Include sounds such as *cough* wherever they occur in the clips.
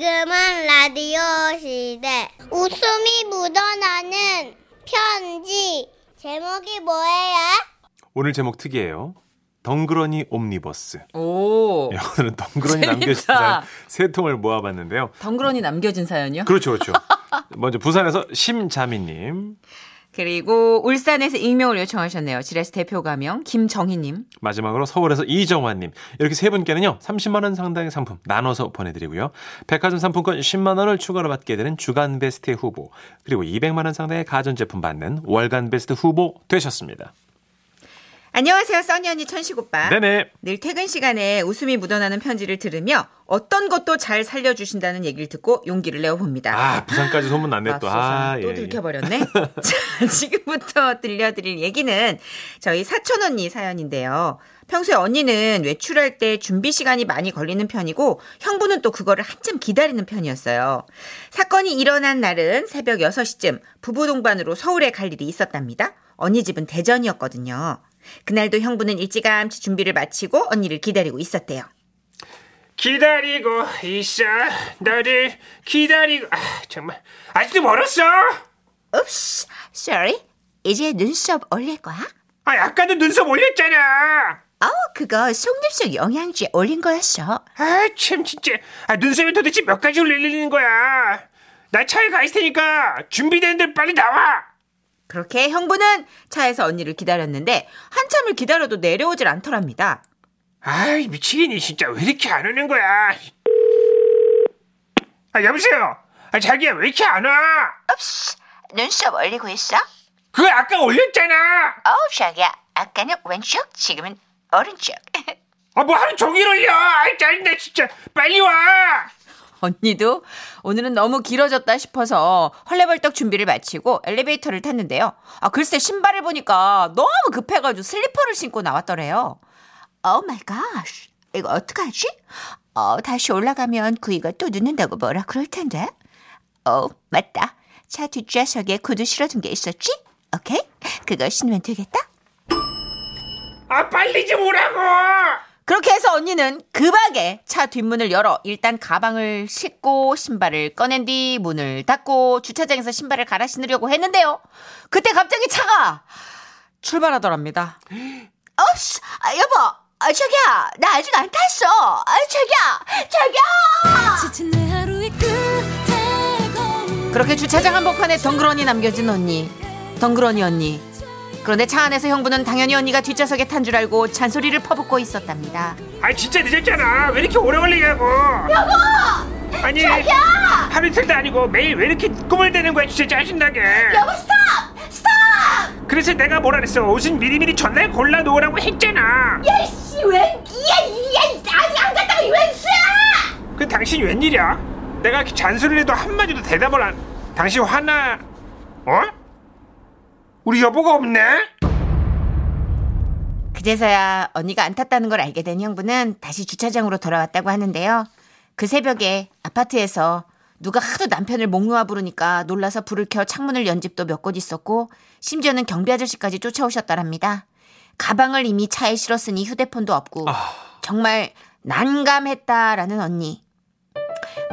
지금은 라디오 시대. 웃음이 묻어나는 편지. 제목이 뭐예요? 오늘 제목 특이해요. 덩그러니 옴니버스. 오. 예, 오늘은 덩그러니 어. 재밌다. 남겨진 사연 세 통을 모아봤는데요. 덩그러니 남겨진 사연이요. 그렇죠, *laughs* 그렇죠. 먼저 부산에서 심자미님, 그리고 울산에서 익명을 요청하셨네요. 지라시 대표 가명 김정희님. 마지막으로 서울에서 이정환님 이렇게 세 분께는요 30만 원 상당의 상품 나눠서 보내드리고요 백화점 상품권 10만 원을 추가로 받게 되는 주간 베스트 후보 그리고 200만 원 상당의 가전제품 받는 월간 베스트 후보 되셨습니다. 안녕하세요, 써니 언니 천식 오빠. 네네. 늘 퇴근 시간에 웃음이 묻어나는 편지를 들으며 어떤 것도 잘 살려주신다는 얘기를 듣고 용기를 내어봅니다. 아 부산까지 소문 났네 또. 맙소사. 아, 또 예, 예. *laughs* 들켜버렸네. 자, 지금부터 들려드릴 얘기는 저희 사촌 언니 사연인데요. 평소에 언니는 외출할 때 준비 시간이 많이 걸리는 편이고 형부는 또 그거를 한참 기다리는 편이었어요. 사건이 일어난 날은 새벽 6시쯤 부부 동반으로 서울에 갈 일이 있었답니다. 언니 집은 대전이었거든요. 그날도 형부는 일찌감치 준비를 마치고 언니를 기다리고 있었대요. 기다리고 있어 너를 기다리고 아 정말 아직도 멀었어 읍씨, sorry. 이제 눈썹 올릴 거야? 아 아까도 눈썹 올렸잖아 아우 그거 속눈썹 영양제 올린 거였어. 아 참 진짜 아 눈썹이 도대체 몇 가지 올리는 거야 나 차에 가 있을 테니까 준비되는 데 빨리 나와 그렇게 형부는 차에서 언니를 기다렸는데 한참을 기다려도 내려오질 않더랍니다. 아이 미치겠니 진짜 왜 이렇게 안 오는 거야 아 여보세요 아 자기야 왜 이렇게 안와 눈썹 올리고 있어? 그거 아까 올렸잖아 어우 자기야 아까는 왼쪽 지금은 오른쪽 아 뭐 하루 종일 올려 아 짜증나 진짜 빨리 와 언니도 오늘은 너무 길어졌다 싶어서 헐레벌떡 준비를 마치고 엘리베이터를 탔는데요. 아 글쎄 신발을 보니까 너무 급해가지고 슬리퍼를 신고 나왔더래요. 오 마이 갓 이거 어떡하지? 어 다시 올라가면 그 구이가 또 늦는다고 뭐라 그럴 텐데. 어 맞다 차 뒷좌석에 구두 실어둔 게 있었지? 오케이 그거 신으면 되겠다. 아 빨리 좀 오라고 그렇게 해서 언니는 급하게 차 뒷문을 열어 일단 가방을 싣고 신발을 꺼낸 뒤 문을 닫고 주차장에서 신발을 갈아 신으려고 했는데요. 그때 갑자기 차가 *gasps* 출발하더랍니다. 어씨 아, 여보 아, 자기야 나 아직 안 탔어 아, 자기야 자기야 지친 내 하루의 끝 그렇게 주차장 한복판에 덩그러니 남겨진 언니. 덩그러니 언니. 그런데 차 안에서 형부는 당연히 언니가 뒷좌석에 탄 줄 알고 잔소리를 퍼붓고 있었답니다. 아 진짜 늦었잖아 왜 이렇게 오래 걸리냐고 여보 아니 하루 이틀도 아니고 매일 왜 이렇게 꿈을 대는 거야 진짜 짜증나게 여보 스탑 스탑 그래서 내가 뭐라 그랬어 옷은 미리미리 전날 골라 놓으라고 했잖아 이씨 왜 이야 이야 아직 안 갔다가 웬수야 그 당신 웬일이야 내가 이렇게 잔소리를 해도 한마디도 대답을 안 당신 화나 어? 우리 여보가 없네? 그제서야 언니가 안 탔다는 걸 알게 된 형부는 다시 주차장으로 돌아왔다고 하는데요. 그 새벽에 아파트에서 누가 하도 남편을 목놓아 부르니까 놀라서 불을 켜 창문을 연 집도 몇 곳 있었고 심지어는 경비 아저씨까지 쫓아오셨다랍니다. 가방을 이미 차에 실었으니 휴대폰도 없고 정말 난감했다라는 언니.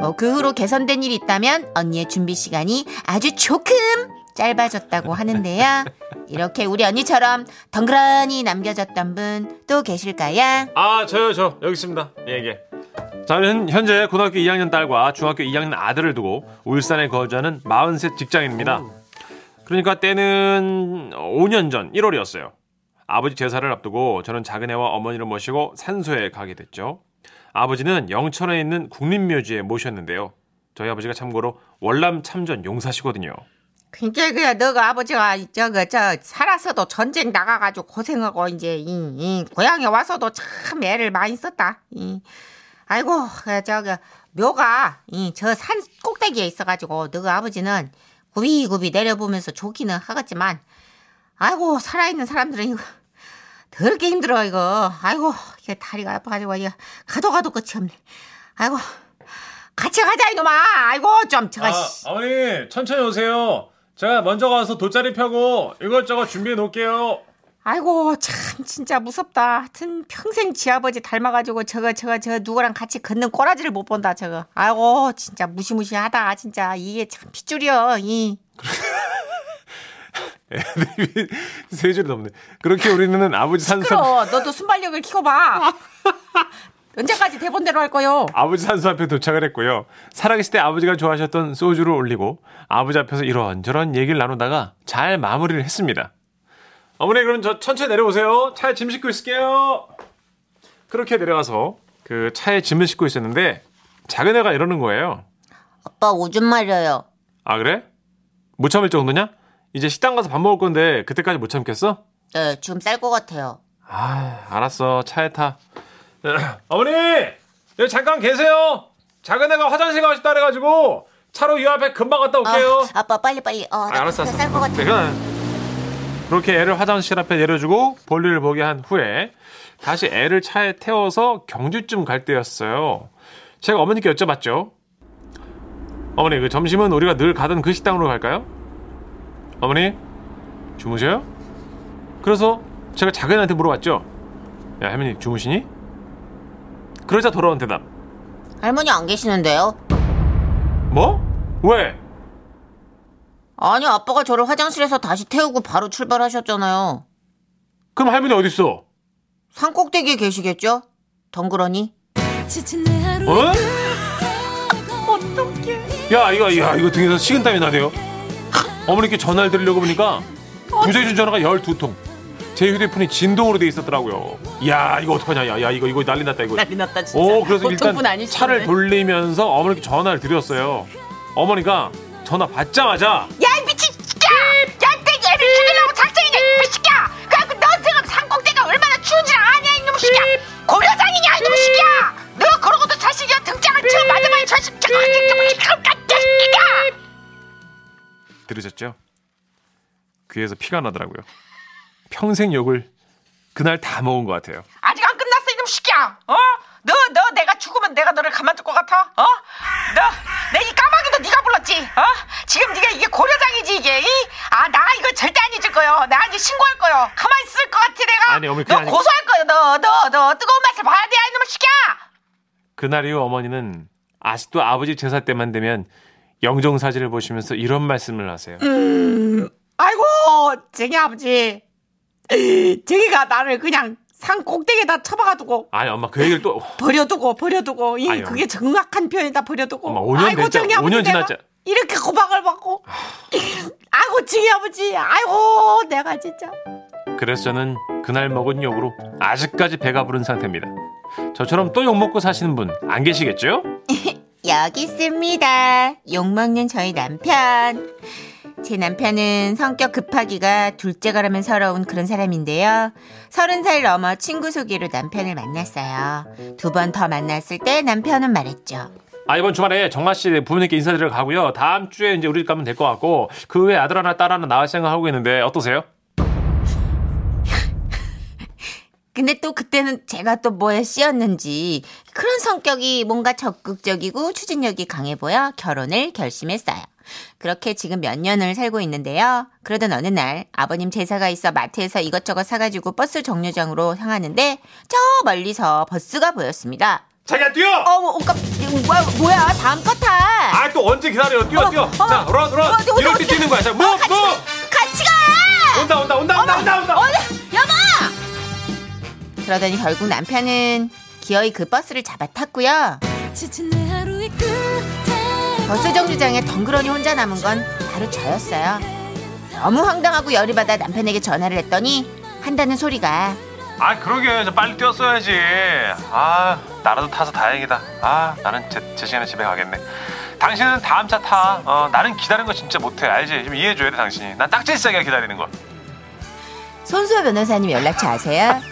뭐 그 후로 개선된 일이 있다면 언니의 준비 시간이 아주 조금 짧아졌다고 하는데요. 이렇게 우리 언니처럼 덩그러니 남겨졌던 분 또 계실까요? 아 저요 저 여기 있습니다. 예예. 저는 현재 고등학교 2학년 딸과 중학교 2학년 아들을 두고 울산에 거주하는 43 직장인입니다. 그러니까 때는 5년 전 1월이었어요. 아버지 제사를 앞두고 저는 작은 애와 어머니를 모시고 산소에 가게 됐죠. 아버지는 영천에 있는 국립묘지에 모셨는데요. 저희 아버지가 참고로 월남 참전 용사시거든요. 굉장히 그야 너가 아버지가 저거 저 살아서도 전쟁 나가가지고 고생하고 이제 이, 이 고향에 와서도 참 애를 많이 썼다. 이. 아이고 그, 저거 묘가 저 산 꼭대기에 있어가지고 너가 아버지는 굽이굽이 내려보면서 좋기는 하겠지만 아이고 살아있는 사람들은 이거 더럽게 힘들어 이거 아이고 이게 다리가 아파가지고 이거 가도 가도 끝이 없네 아이고 같이 가자 이놈아 아이고 좀 제가 씨. 어머니 천천히 오세요. 제가 먼저 가서 돗자리 펴고 이것저것 준비해 놓을게요. 아이고 참 진짜 무섭다. 하여튼 평생 지 아버지 닮아가지고 저거 저거 저 누구랑 같이 걷는 꼬라지를 못 본다 저거. 아이고 진짜 무시무시하다 진짜 이게 참 핏줄이여 이. 애들이 *laughs* 세 줄이 넘네. 그렇게 우리는 아버지 산수 앞- 그럼 너도 순발력을 *laughs* 키워봐. 언제까지 대본대로 할 거요? 아버지 산수 앞에 도착을 했고요. 살아계실 때 아버지가 좋아하셨던 소주를 올리고 아버지 앞에서 이런저런 얘기를 나누다가 잘 마무리를 했습니다. 어머니 그럼 저 천천히 내려오세요. 차에 짐 싣고 있을게요. 그렇게 내려가서 그 차에 짐을 싣고 있었는데 작은 애가 이러는 거예요. 아빠 오줌 마려요. 아 그래? 못 참을 정도냐? 이제 식당 가서 밥 먹을 건데 그때까지 못 참겠어? 네, 지금 쌀 것 같아요. 아, 알았어. 차에 타. *clears throat* 어머니! 여기 잠깐 계세요! 작은 애가 화장실 가고 싶다 그래가지고 차로 이 앞에 금방 갔다 올게요. 아, 빠 빨리 빨리. 어, 아, 나 알았어, 알았어. 쌀것 같아. 그래. 그렇게 애를 화장실 앞에 내려주고 볼일을 보게 한 후에 다시 애를 차에 태워서 경주쯤 갈 때였어요. 제가 어머니께 여쭤봤죠. 어머니, 그 점심은 우리가 늘 가던 그 식당으로 갈까요? 어머니, 주무세요? 그래서 제가 작은 애한테 물어봤죠. 야, 할머니, 주무시니? 그러자 돌아온 대답. 할머니 안 계시는데요? 뭐? 왜? 아니, 아빠가 저를 화장실에서 다시 태우고 바로 출발하셨잖아요. 그럼 할머니 어딨어? 산 꼭대기에 계시겠죠? 덩그러니? 어? 어떡해. 야, 이거, 야, 이거 등에서 식은땀이 나네요. 어머니께 전화를 드리려고 보니까 부재중 전화가 12통. 제 휴대폰이 진동으로 돼 있었더라고요. 야, 이거 어떡하냐. 야, 야, 이거, 이거 난리 났다, 이거. 난리 났다 진짜. *laughs* 오, 그래서 일단 보통분 아니시네. 차를 돌리면서 어머니께 전화를 드렸어요. 어머니가 전화 받자마자 야, 이 미친 새끼야! 야, 내 애를 죽이려고 작정이냐, 이놈 새끼야! 그래갖고 너 지금 산꼭대기가 얼마나 추운지 아냐, 이놈 새끼야! 고려장이냐, 이놈 새끼야! 너 그러고도 자식이야 등짝을 쳐 맞으면 저 새끼가 어떻게 보면 이럴 것 같아, 새끼가! 들으셨죠? 귀에서 피가 나더라고요. 평생 욕을 그날 다 먹은 것 같아요. 아직 안 끝났어 이놈 새끼야 어? 너 너 내가 죽으면 내가 너를 가만둘 것 같아 어? 너내 이 까마귀도 네가 불렀지 어? 지금 네가 이게 고려장이지 이게 이? 아, 나 이거 절대 안 잊을 거요 나 이거 신고할 거요 가만히 있을 것 같아 내가 아니, 어머니, 그게 너 아니- 고소할 거요 너 너 너 뜨거운 맛을 봐야 돼 이놈 새끼야 그날 이후 어머니는 아직도 아버지 제사 때만 되면 영정 사진을 보시면서 이런 말씀을 하세요. 아이고 쟁이 아버지. 쟁이가 나를 그냥 산 꼭대기에다 쳐박아두고 아니 엄마 그 얘기를 또 버려두고 버려두고 이 아유. 그게 정확한 표현이다 버려두고 어머, 5년 아이고 됐자- 정이 아버지 5년 아. 내가 지났자- 이렇게 고박을 받고 *laughs* 아이고 증이 아버지 아이고 내가 진짜 그래서 저는 그날 먹은 욕으로 아직까지 배가 부른 상태입니다. 저처럼 또 욕 먹고 사시는 분 안 계시겠죠? 여기 있습니다. 욕먹는 저희 남편. 제 남편은 성격 급하기가 둘째가라면 서러운 그런 사람인데요. 서른 살 넘어 친구 소개로 남편을 만났어요. 두 번 더 만났을 때 남편은 말했죠. 아 이번 주말에 정아 씨 부모님께 인사드리러 가고요. 다음 주에 이제 우리 집 가면 될 것 같고 그 외에 아들 하나 딸 하나 낳을 생각하고 있는데 어떠세요? 근데 또 그때는 제가 또 뭐에 씌었는지 그런 성격이 뭔가 적극적이고 추진력이 강해 보여 결혼을 결심했어요. 그렇게 지금 몇 년을 살고 있는데요. 그러던 어느 날 아버님 제사가 있어 마트에서 이것저것 사가지고 버스 정류장으로 향하는데 저 멀리서 버스가 보였습니다. 자기야 뛰어! 어머, 어, 깜, 뭐야, 뭐야, 다음 거 타! 아 또 언제 기다려 뛰어 어머, 뛰어! 어머. 자 런, 런! 어디, 어디, 이렇게 어디. 뛰는 거야. 자 무! 어, 같이, 무! 같이 가! 온다 온다 온다 온다 온다 온다! 어디, 여보! 그러더니 결국 남편은 기어이 그 버스를 잡아탔고요. 버스 정류장에 덩그러니 혼자 남은 건 바로 저였어요. 너무 황당하고 열이 받아 남편에게 전화를 했더니 한다는 소리가 아 그러게 저 빨리 뛰었어야지 아 나라도 타서 다행이다 아 나는 제, 제 시간에 집에 가겠네 당신은 다음 차타 어, 나는 기다리는 거 진짜 못해 알지 좀 이해해줘야 돼 당신이 난 딱지싸게 기다리는 거 손수호 변호사님 연락처 *laughs* 아세요?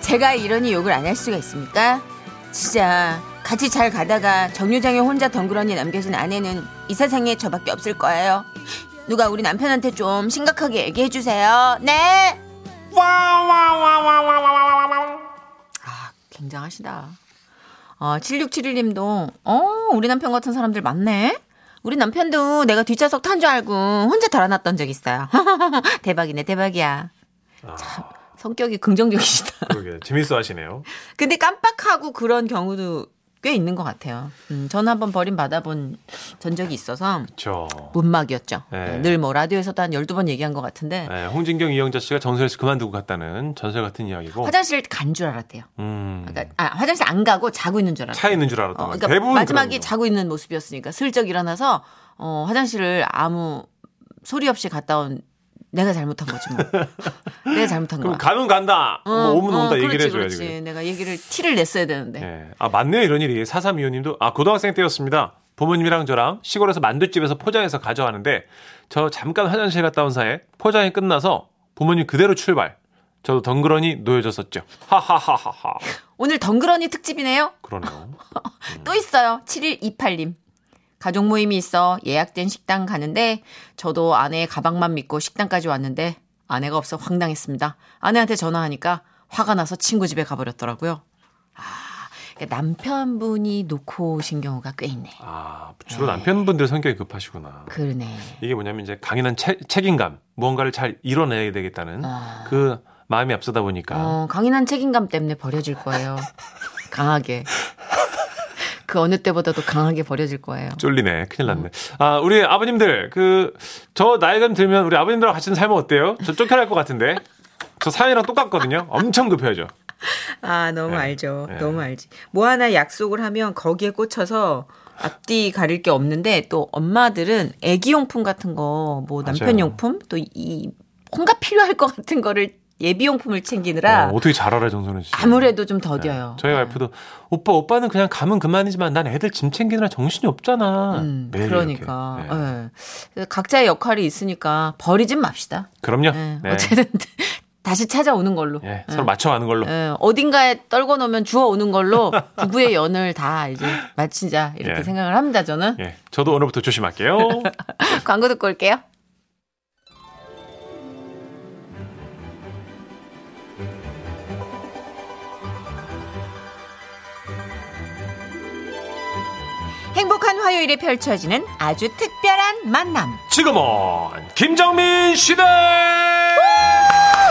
제가 이러니 욕을 안 할 수가 있습니까? 진짜 같이 잘 가다가 정류장에 혼자 덩그러니 남겨진 아내는 이 세상에 저밖에 없을 거예요. 누가 우리 남편한테 좀 심각하게 얘기해 주세요. 네. 아, 굉장하시다. 어, 7671님도, 어, 우리 남편 같은 사람들 많네? 우리 남편도 내가 뒷좌석 탄 줄 알고 혼자 달아났던 적 있어요. *laughs* 대박이네, 대박이야. 참, 성격이 긍정적이시다. 그러게 재밌어 하시네요. 근데 깜빡하고 그런 경우도 꽤 있는 것 같아요. 음, 저는 한번 버림받아본 전적이 있어서 저 문막이었죠. 네. 늘 뭐 라디오에서도 한 12번 얘기한 것 같은데 네, 홍진경 이영자 씨가 정선에서 그만두고 갔다는 전설 같은 이야기고. 화장실 간 줄 알았대요. 음, 그러니까, 아, 화장실 안 가고 자고 있는 줄 알았어요. 차에 있는 줄 알았던 거 어, 그러니까 같아요. 대부분 마지막에 그런 거. 자고 있는 모습이었으니까 슬쩍 일어나서 어, 화장실을 아무 소리 없이 갔다 온 내가 잘못한 거지 뭐. *laughs* 내가 잘못한 그럼 거야. 가면 간다. 뭐 어, 오면 어, 온다 얘기를 그렇지, 해줘야지. 그렇지. 내가 얘기를 티를 냈어야 되는데. 예. 아, 맞네요. 이런 일이. 4325님도. 아, 고등학생 때였습니다. 부모님이랑 저랑 시골에서 만두집에서 포장해서 가져가는데 저 잠깐 화장실 갔다 온 사이에 포장이 끝나서 부모님 그대로 출발. 저도 덩그러니 놓여졌었죠. 하하하하하. 오늘 덩그러니 특집이네요. 그러네요. 또 있어요. 7128님. 가족 모임이 있어 예약된 식당 가는데 저도 아내의 가방만 믿고 식당까지 왔는데 아내가 없어 황당했습니다. 아내한테 전화하니까 화가 나서 친구 집에 가버렸더라고요. 아, 그러니까 남편분이 놓고 오신 경우가 꽤 있네. 아, 주로 남편분들 성격이 급하시구나. 그러네. 이게 뭐냐면 이제 강인한 채- 책임감, 무언가를 잘 이뤄내야 되겠다는 그 마음이 앞서다 보니까. 아. 어, 강인한 책임감 때문에 버려질 거예요. 강하게. 그 어느 때보다도 강하게 버려질 거예요. 쫄리네. 큰일 음. 났네. 아, 우리 아버님들, 그, 저 나이가 들면 우리 아버님들하고 같이 살면 어때요? 저 쫓겨날 것 같은데. 저 사연이랑 똑같거든요. 엄청 급해야죠. 아 너무 예. 알죠 예. 너무 알지 뭐 하나 약속을 하면 거기에 꽂혀서 앞뒤 가릴 게 없는데 또 엄마들은 애기용품 같은 거 뭐 남편용품 또 이 뭔가 필요할 것 같은 거를 예비용품을 챙기느라 어, 어떻게 잘 알아, 정선우 씨. 아무래도 좀 더뎌요 저희 와이프도 오빠, 오빠는 그냥 가면 그만이지만 난 애들 짐 챙기느라 정신이 없잖아. 음, 매일 그러니까 이렇게. 네. 예. 각자의 역할이 있으니까 버리진 맙시다 그럼요. 예. 네. 어쨌든 *laughs* 다시 찾아오는 걸로 예, 예. 서로 맞춰가는 걸로. 예, 어딘가에 떨궈 놓으면 주워 오는 걸로 *laughs* 부부의 연을 다 이제 마치자 이렇게 예. 생각을 합니다 저는 예, 저도 오늘부터 *laughs* 조심할게요. 광고 듣고 올게요. 행복한 화요일에 펼쳐지는 아주 특별한 만남. 지금은 김정민 시대! 아,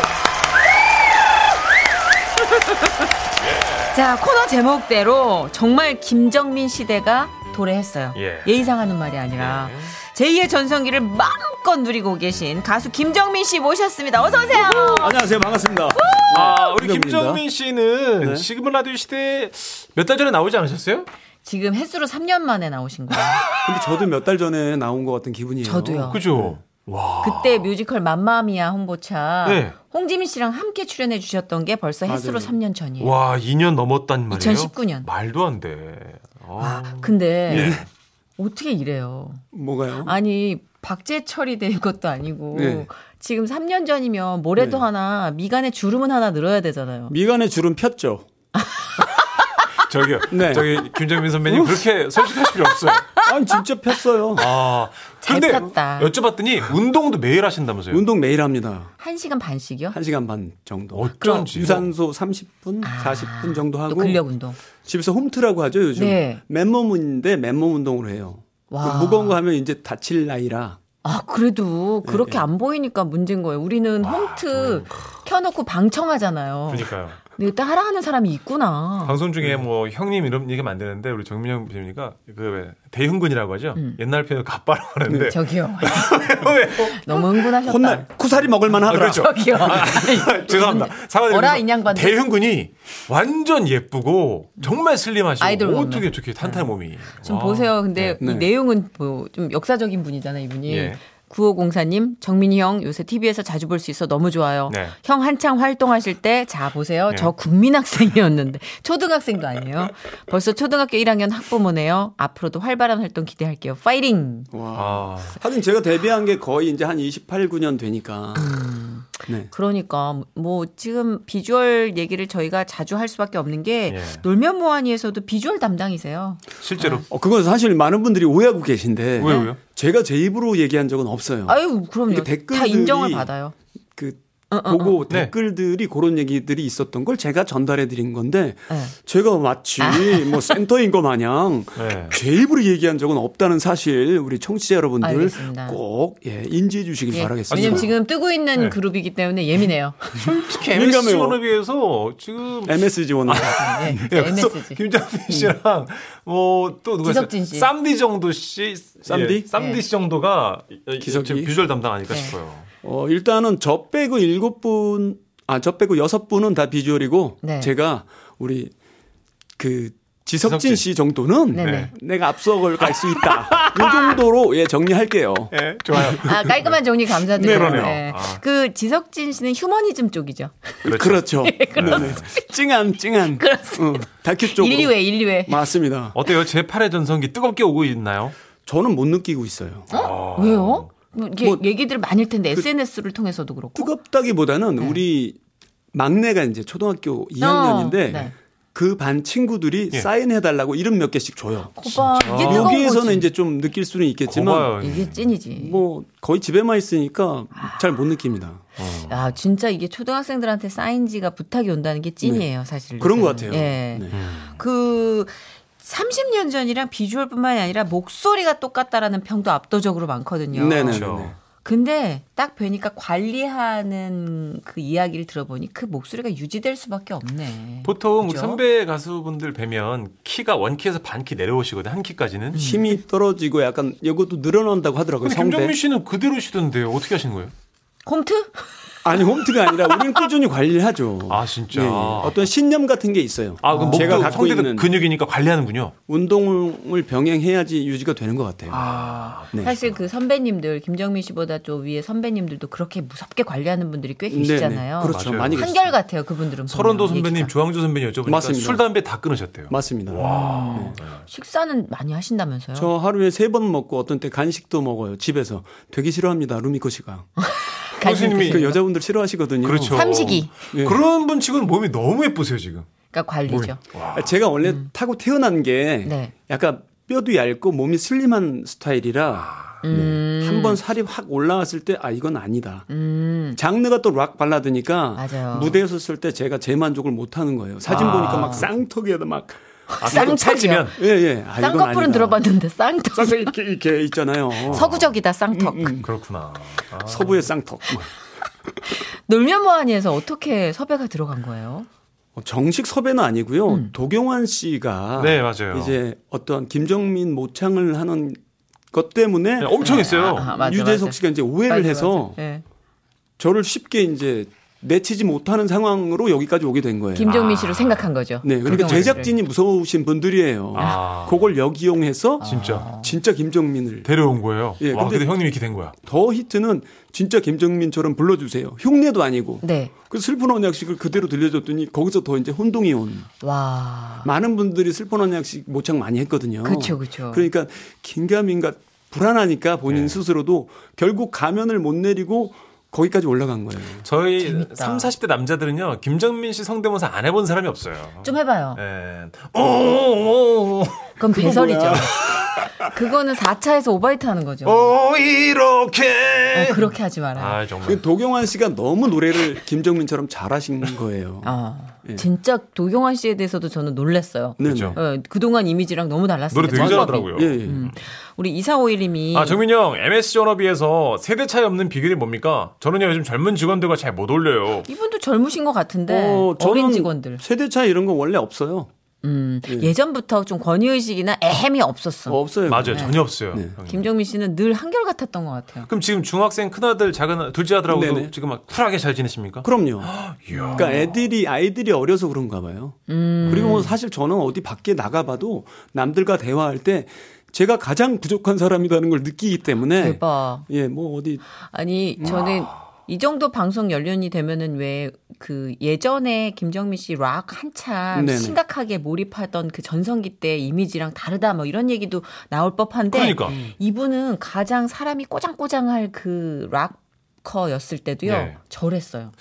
자, 코너 제목대로 정말 김정민 시대가 도래했어요. 예. 예의상 하는 말이 아니라 제2의 전성기를 마음껏 누리고 계신 가수 김정민 씨 모셨습니다. 어서 오세요. 안녕하세요. 반갑습니다. 아, 우리 김정민입니다. 네. 김정민 씨는 지금은 라디오 시대에 몇 달 전에 나오지 않으셨어요? 지금 횟수로 3년 만에 나오신 거예요. 근데 저도 몇 달 전에 나온 것 같은 기분이에요. 저도요. 그죠? 그때 뮤지컬 맘마미아 홍보차 네. 홍지민 씨랑 함께 출연해 주셨던 게 벌써 횟수로 맞아요. 3년 전이에요. 와, 2년 넘었단 말이에요. 2019년. 말도 안 돼. *laughs* 어. 근데 예. 어떻게 이래요? 뭐가요? 아니 박제철이 된 *laughs* 것도 아니고 네. 지금 3년 전이면 뭐래도 네. 하나 미간에 주름은 하나 늘어야 되잖아요. 미간에 주름 폈죠. 저기요. 네. 저기 김정민 선배님 *laughs* 그렇게 솔직하실 필요 없어요. 아니 진짜 폈어요. 아, 근데 잘 폈다. 여쭤봤더니 운동도 매일 하신다면서요? 운동 매일 합니다. 1시간 반씩이요? 한시간반 정도. 어쩐지. 유산소 30분, 40분 정도 아, 또 하고 근력 운동. 집에서 홈트라고 하죠, 요즘. 네. 맨몸인데 맨몸 운동을 해요. 와. 그 무거운 거 하면 이제 다칠 나이라. 아, 그래도 그렇게 안 보이니까 문제인 거예요. 우리는 홈트 켜놓고 방청하잖아요. 그러니까요. 근데 따라하는 사람이 있구나. 방송 네. 중에 뭐 형님 이런 얘기하면 안 되는데 우리 정민 형 선배님이가 그왜 대흉근이라고 하죠. 음. 옛날 표현 갑바라고 네, 하는데 저기요. 네. 왜? 너무 흥분하셨다. 훗날 쿠사리 먹을만 하더라. 그렇죠. 저기요. 아, *laughs* 죄송합니다. 사과드립니다. 어라, 인양반들. 대흥군이 완전 예쁘고 정말 슬림하시고 아이돌 몸매. 어떻게 저렇게 탄탄한 몸이. 아. 좀 와. 보세요. 근데 네. 이 내용은 뭐 좀 역사적인 분이잖아요, 이분이. 예. 9504님, 정민이 형 요새 TV에서 자주 볼 수 있어 너무 좋아요. 네. 형 한창 활동하실 때, 자, 보세요. 네. 예. 저 국민학생이었는데, 초등학생도 아니에요. 벌써 초등학교 1학년 학부모네요. 앞으로도 활발한 활동 기대할게요. 파이팅! 와. 아, 하긴 제가 데뷔한 게 거의 이제 한 28, 9년 되니까. 음. 네. 그러니까 뭐 지금 비주얼 얘기를 저희가 자주 할 수밖에 없는 게 예. 놀면 뭐하니에서도 비주얼 담당이세요. 실제로 어, 그건 사실 많은 분들이 오해하고 계신데. 왜요, 왜요? 제가 제 입으로 얘기한 적은 없어요. 아유 그럼요. 이게 댓글들이 다 인정을 받아요. 그 보고 네. 댓글들이 그런 얘기들이 있었던 걸 제가 전달해 드린 건데 네. 제가 마치 아. *laughs* 뭐 센터인 거 마냥 네. 제 입으로 얘기한 적은 없다는 사실 우리 청취자 여러분들 알겠습니다. 꼭 예, 인지해 주시길 바라겠습니다. 네. 왜냐면 지금 뜨고 있는 네. 그룹이기 때문에 예민해요. 특히 민감해요. MSG 원에 비해서 지금 MSG 원화 네, 예, 그래서 MSG. *laughs* 김장민 씨랑 뭐 또 누가 있어요? 음. 기석진 씨. 쌈디 정도 씨, 쌈디? 네. 예, 쌈디 씨 정도가 기석이? 지금 비주얼 담당 네. 아닐까 싶어요. 어, 일단은 저 빼고 일곱 분, 아, 저 빼고 여섯 분은 다 비주얼이고, 네. 제가 우리 그 지석진. 지석진 씨 정도는 네네. 내가 앞서갈 수 있다. 이 정도로 예, 정리할게요. 예, 좋아요. 그, 아, 깔끔한 정리 네, 감사드려요. 그러네요. 네. 아. 그 지석진 씨는 휴머니즘 쪽이죠. 그렇죠. 네네. 찡한, 찡한. 어, 다큐 쪽으로. 인류애, 인류애. 맞습니다. *laughs* 어때요? 제 8의 전성기 뜨겁게 오고 있나요? 저는 못 느끼고 있어요. 어? 왜요? 뭐 이게 아. 뭐, 얘기들 많을 텐데 SNS를 통해서도 그렇고. 뜨겁다기보다는 우리 막내가 이제 초등학교 2학년인데 네. 그 반 친구들이 예. 사인해달라고 이름 몇 개씩 줘요. 오빠 어, 이게 뜨거운 여기에서는 거지. 이제 좀 느낄 수는 있겠지만 거봐요. 이게 찐이지. 뭐 거의 집에만 있으니까 잘 못 느낍니다. 아 진짜 이게 초등학생들한테 사인지가 부탁이 온다는 게 찐이에요, 사실. 네. 그런 것 같아요. 예. 네. 그 30년 전이랑 비주얼뿐만이 아니라 목소리가 똑같다라는 평도 압도적으로 많거든요. 네네. 그렇죠. 근데 딱 뵈니까 관리하는 그 이야기를 들어보니 그 목소리가 유지될 수밖에 없네. 보통 우리 그죠? 선배 가수분들 뵈면 키가 원키에서 반키 내려오시거든, 한 키까지는. 힘이 떨어지고 약간 이것도 늘어난다고 하더라고요. 근데 음. 그 성대. 김정민 씨는 그대로시던데요. 어떻게 하신 거예요? 홈트? 아니 홈트가 아니라 우리는 꾸준히 관리하죠. 아, 진짜. 예, 예. 어떤 신념 같은 게 있어요. 아, 그럼 제가 목도 갖고 성대도 있는 근육이니까 관리하는군요. 운동을 병행해야지 유지가 되는 것 같아요. 네. 사실 그 선배님들 김정민 씨보다 좀 위에 선배님들도 그렇게 무섭게 관리하는 분들이 꽤 네네. 계시잖아요. 그렇죠. 맞아요. 많이 한결 계시죠. 같아요 그분들은. 보면 서른도 선배님, 얘기가. 조항조 선배님 여쭤보니까 맞습니다. 술, 담배 다 끊으셨대요. 맞습니다. 식사는 많이 하신다면서요? 저 하루에 세 번 먹고 어떤 때 간식도 먹어요. 집에서 되게 싫어합니다. 루미코 씨가. 교수님이 그 여자분들 싫어하시거든요. 그렇죠. 삼식이. 예. 그런 분 치고는 몸이 너무 예쁘세요 지금. 어, 그러니까 관리죠. 제가 원래 타고 태어난 게 음. 네. 약간 뼈도 얇고 몸이 슬림한 아, 스타일이라 네. 음, 한 번 살이 확 올라왔을 때 아 이건 아니다. 장르가 또 락 발라드니까 음. 맞아요. 아. 무대에서 쓸 때 제가 제 만족을 못 하는 거예요. 사진 보니까 막 쌍턱에다 막 아, 좀 찰지면 예, 예. 아, 이건 쌍꺼풀은 아니다. 들어봤는데 쌍턱. 쌍턱 이렇게, *laughs* 이렇게 있잖아요. 어. 서구적이다 쌍턱. 음, 그렇구나. 아, 서부의 쌍턱. 놀면 뭐하니에서 어떻게 섭외가 들어간 거예요? 어, 정식 섭외는 아니고요. 음. 도경환 씨가 네, 맞아요. 이제 어떤 김정민 모창을 하는 것 때문에 네, 엄청 했어요. 아, 맞아, 유재석 맞아. 씨가 이제 오해를 네, 맞아, 해서 맞아. 예. 저를 쉽게 이제 내치지 못하는 상황으로 여기까지 오게 된 거예요. 아, 김정민 씨로 생각한 거죠. 네, 그러니까 그동안을. 제작진이 무서우신 분들이에요. 아. 그걸 역이용해서 진짜 진짜 김정민을 데려온 거예요. 예, 와, 근데- 근데 형님이 이렇게 된 거야. 더 히트는 진짜 김정민처럼 불러주세요. 흉내도 아니고. 네. 그 슬픈 언약식을 그대로 들려줬더니 거기서 더 이제 혼동이 온. 와. 많은 분들이 슬픈 언약식 모창 많이 했거든요. 그쵸, 그쵸. 그러니까 긴가민가 불안하니까 본인 네. 스스로도 결국 가면을 못 내리고 거기까지 올라간 거예요. 저희 3, 40대 남자들은요. 김정민 씨 성대모사 안 해본 사람이 없어요. 좀 해봐요. 예. 오, 오, 오, 그건 배설이죠. *laughs* 그거는 4차에서 오바이트 하는 거죠. 어, 오, 이렇게. 어, 그렇게 하지 말아요. 아, 정말. 그 도경환 씨가 너무 노래를 김정민처럼 *laughs* 잘하신 거예요. 아, 진짜 도경환 씨에 대해서도 저는 놀랐어요. 네, 그렇죠. 어, 그동안 이미지랑 너무 달랐어요. 노래 되게 잘하더라고요. 예, 예. 우리 2451님이 아, 정민 형, MS 전업비에서 세대 차이 없는 비결이 뭡니까? 저는요, 요즘 젊은 직원들과 잘 못 어울려요. 이분도 젊으신 것 같은데 어, 린 직원들. 세대 차 이런 건 원래 없어요. 음, 예전부터 좀 권위의식이나 애헴이 없었어. 어, 없어요. 맞아요. 전혀 없어요. 네. 형님. 김정민 씨는 늘 한결 같았던 것 같아요. 그럼 지금 중학생 큰아들, 작은 둘째 아들하고도 네네. 지금 막 쿨하게 잘 지내십니까? 그럼요. *gasps* 이야. 그러니까 애들이 아이들이 어려서 그런가 봐요. 음. 그리고 뭐 사실 저는 어디 밖에 나가봐도 남들과 대화할 때 제가 가장 부족한 사람이라는 걸 느끼기 네. 때문에 대박. 예, 뭐 어디 아니 저는 이 정도 방송 연륜이 되면은 왜 그 예전에 김정민 씨 락 한참 네네. 심각하게 몰입하던 그 전성기 때 이미지랑 다르다 뭐 이런 얘기도 나올 법한데 그러니까. 이분은 가장 사람이 꼬장꼬장할 그 락커였을 때도요 네. 저랬어요.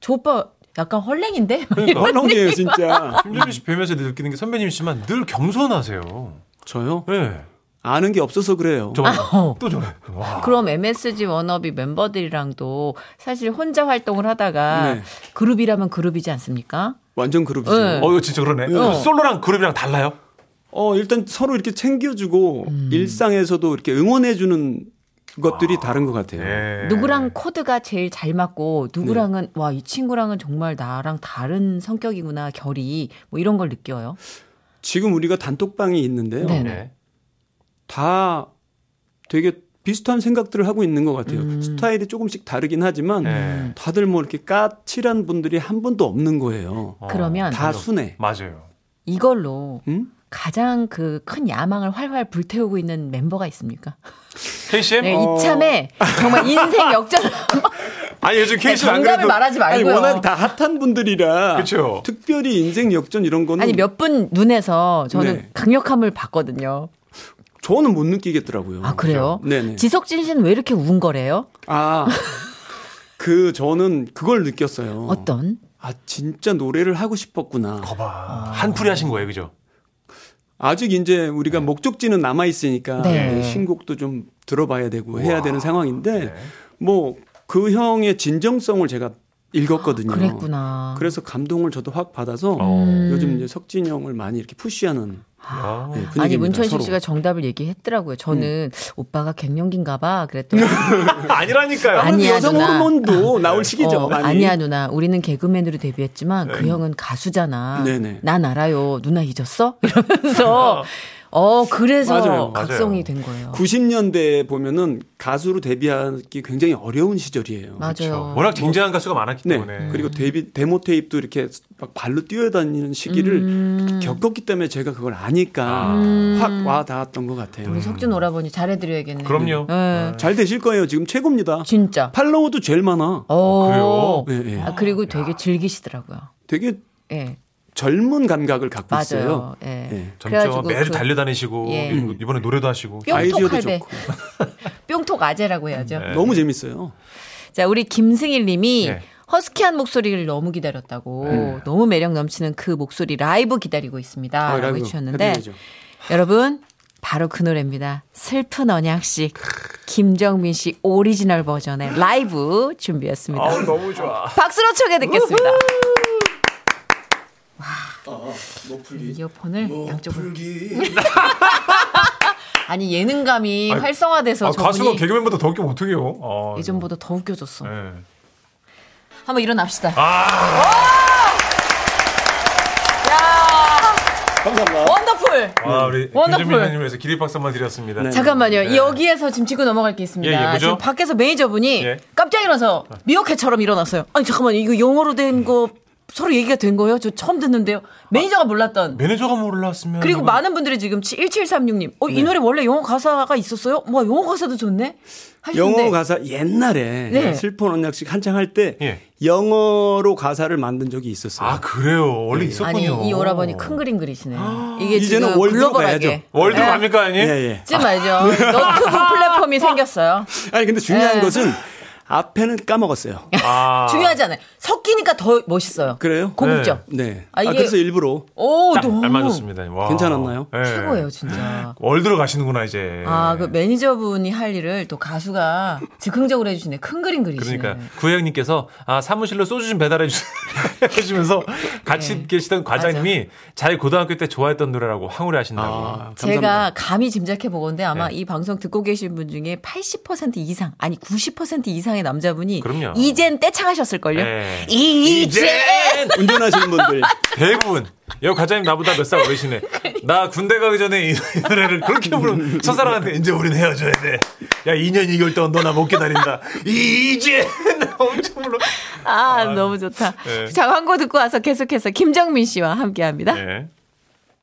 저 오빠 약간 헐랭인데 *laughs* 그러니까. 헐렁해요 진짜. 김정민 씨 뵈면서 느끼는 게 선배님이지만 늘 겸손하세요. 저요? 네. 아는 게 없어서 그래요. 전화. 또 전화. 와. 그럼 MSG 워너비 멤버들이랑도 사실 혼자 활동을 하다가 네. 그룹이라면 그룹이지 않습니까? 완전 그룹이죠. 네. 어, 이거 진짜 그러네. 솔로랑 그룹이랑 달라요? 어, 일단 서로 이렇게 챙겨주고 음. 일상에서도 이렇게 응원해주는 것들이 다른 것 같아요. 예. 누구랑 코드가 제일 잘 맞고 네. 누구랑은 와 이 친구랑은 정말 나랑 다른 성격이구나 결이 뭐 이런 걸 느껴요. 지금 우리가 단톡방이 있는데요. 네. 네. 다 되게 비슷한 생각들을 하고 있는 것 같아요. 음. 스타일이 조금씩 다르긴 하지만 네. 다들 뭐 이렇게 까칠한 분들이 한 분도 없는 거예요. 어, 그러면 다 순해. 맞아요. 이걸로 음? 가장 그 큰 야망을 활활 불태우고 있는 멤버가 있습니까? KCM? 네, 어. 이참에 정말 인생 *laughs* 역전을 음. 아니, 요즘 KCM 안 정답을 그래도. 말하지 아니 말고요. 워낙 다 핫한 분들이라 그쵸. 특별히 인생 역전 이런 거는 아니 몇 분 눈에서 저는 네. 강력함을 봤거든요. 저는 못 느끼겠더라고요. 아 그래요? 음, 그렇죠. 네네. 지석진 씨는 왜 이렇게 우운 거래요? 아. 그 저는 그걸 느꼈어요. 어떤? 아 진짜 노래를 하고 싶었구나. 거봐. 아, 한풀이 하신 거예요, 그죠? 아직 이제 우리가 목적지는 남아 있으니까 네. 신곡도 좀 들어봐야 되고 해야 되는 상황인데 뭐 그 형의 진정성을 제가 읽었거든요. 그랬구나. 그래서 감동을 저도 확 받아서 요즘 이제 석진 형을 많이 이렇게 푸시하는 아. 네, 분위기입니다. 아니 문천식 서로. 음. 씨가 정답을 얘기했더라고요. 저는 오빠가 갱년기인가봐 그랬더니 *laughs* 아니라니까요. 아니, 아니야, 여성 누나. 호르몬도 나올 시기죠. *laughs* 어, 많이. 네. 아니야 누나 우리는 개그맨으로 데뷔했지만 그 형은 가수잖아. 네네. 난 알아요. 누나 잊었어? *laughs* 이러면서 어 그래서 맞아요. 맞아요. 각성이 된 거예요. 90년대 보면은 가수로 데뷔하기 굉장히 어려운 시절이에요. 맞아요. 워낙 쟁쟁한 가수가 많았기 네. 때문에. 그리고 데뷔 데모 테이프도 이렇게 막 발로 뛰어다니는 시기를 음. 겪었기 때문에 제가 그걸 아니까 확 와 닿았던 것 같아요. 우리 석준 오라버니 잘해드려야겠네요. 그럼요. 예, 잘 되실 거예요. 지금 최고입니다. 진짜. 팔로워도 제일 많아. 어. 그래요? 예, 예. 아, 그리고 되게 즐기시더라고요. 되게 예. 젊은 감각을 갖고 맞아요. 있어요. 예. 예. 점점 그래가지고 매주 그 달려다니시고 예. 이번에 노래도 하시고 뿅톡 아이디어도 할배. 좋고 *laughs* 뿅톡 아재라고 해야죠. 너무 재밌어요. 자, 우리 김승일 님이 네. 허스키한 목소리를 너무 기다렸다고 음. 너무 매력 넘치는 그 목소리 라이브 기다리고 있습니다. 어, 아, 라고 라이브 해주셨는데 해드려야죠. 여러분 바로 그 노래입니다. 슬픈 언양식 김정민 씨 오리지널 버전의 라이브 준비했습니다. 아우 너무 좋아. 박수로 청해 듣겠습니다. 와. 이어폰을 양쪽으로. *laughs* 아니 예능감이 아니, 활성화돼서 아, 가수가 저분이 네. 개그맨보다 더 웃기면 어떡해요? 아, 예전보다 더 웃겨졌어. 예. 한번 일어납시다. 아, 야 감사합니다. 원더풀. 와, 아, 우리 원더풀. 김준민 형님에서 기립박수 한번 드렸습니다. 네. 잠깐만요. 여기에서 지금 짚고 넘어갈 게 있습니다. 예, 예, 뭐죠? 지금 밖에서 매니저분이 예. 깜짝 일어나서 미어캣처럼 일어났어요. 아니 잠깐만 이거 영어로 된 거 서로 얘기가 된 거예요? 저 처음 듣는데요. 매니저가 몰랐던 아, 매니저가 몰랐으면 네. 그리고 많은 분들이 지금 1736님, 어, 이 노래 원래 영어 가사가 있었어요? 뭐 영어 가사도 좋네? 하시는데. 영어 가사 옛날에 네. 슬픈 언약식 한창 할 때 예. 영어로 가사를 만든 적이 있었어요. 아 그래요. 원래 있었군요. 네. 아니, 이 오라버니 큰 그림 그리시네. 이게 아. 이제는 지금 월드로 글로벌하게. 가야죠. 월드 예. 갑니까 아니? 예, 예. 지 말죠. 너튜브 아. 플랫폼이 생겼어요. *laughs* 아니 근데 중요한 예. 것은 앞에는 까먹었어요. 아, 중요하잖아요. 섞이니까 더 멋있어요. 그래요? 고급죠. 네. 아, 아, 이게- 그래서 일부러 오, 딱 너무 알맞았습니다. 와. 괜찮았나요? 예. 최고예요, 진짜. 월드로 가시는구나 이제. 아, 그 매니저분이 할 일을 또 가수가 즉흥적으로 해주시네. 큰 그림 그리시네. 그러니까 구혜영님께서 아 사무실로 소주 좀 배달해 주 *laughs* 해주면서 같이 네. 계시던 과장님이 자기 고등학교 때 좋아했던 노래라고 항우리 하신다고. 아, 아. 네. 제가 감히 짐작해 보건데 아마 이 방송 듣고 계신 분 중에 80% 이상 아니 90% 이상의 남자분이 그럼요. 이젠 떼창하셨을걸요. 예. 이젠 운전하시는 분들 대부분 여기 과장님 나보다 몇 살 어리시네. 나 군대 가기 전에 이, 이 노래를 그렇게 부르면 첫사랑한테 이제 우린 헤어져야 돼. 야 2년 2개월 동안 너 나 못 기다린다. 이제 *laughs* 엄청 불러. 아 너무 좋다. 예. 자 광고 듣고 와서 계속해서 김정민 씨와 함께합니다. 예.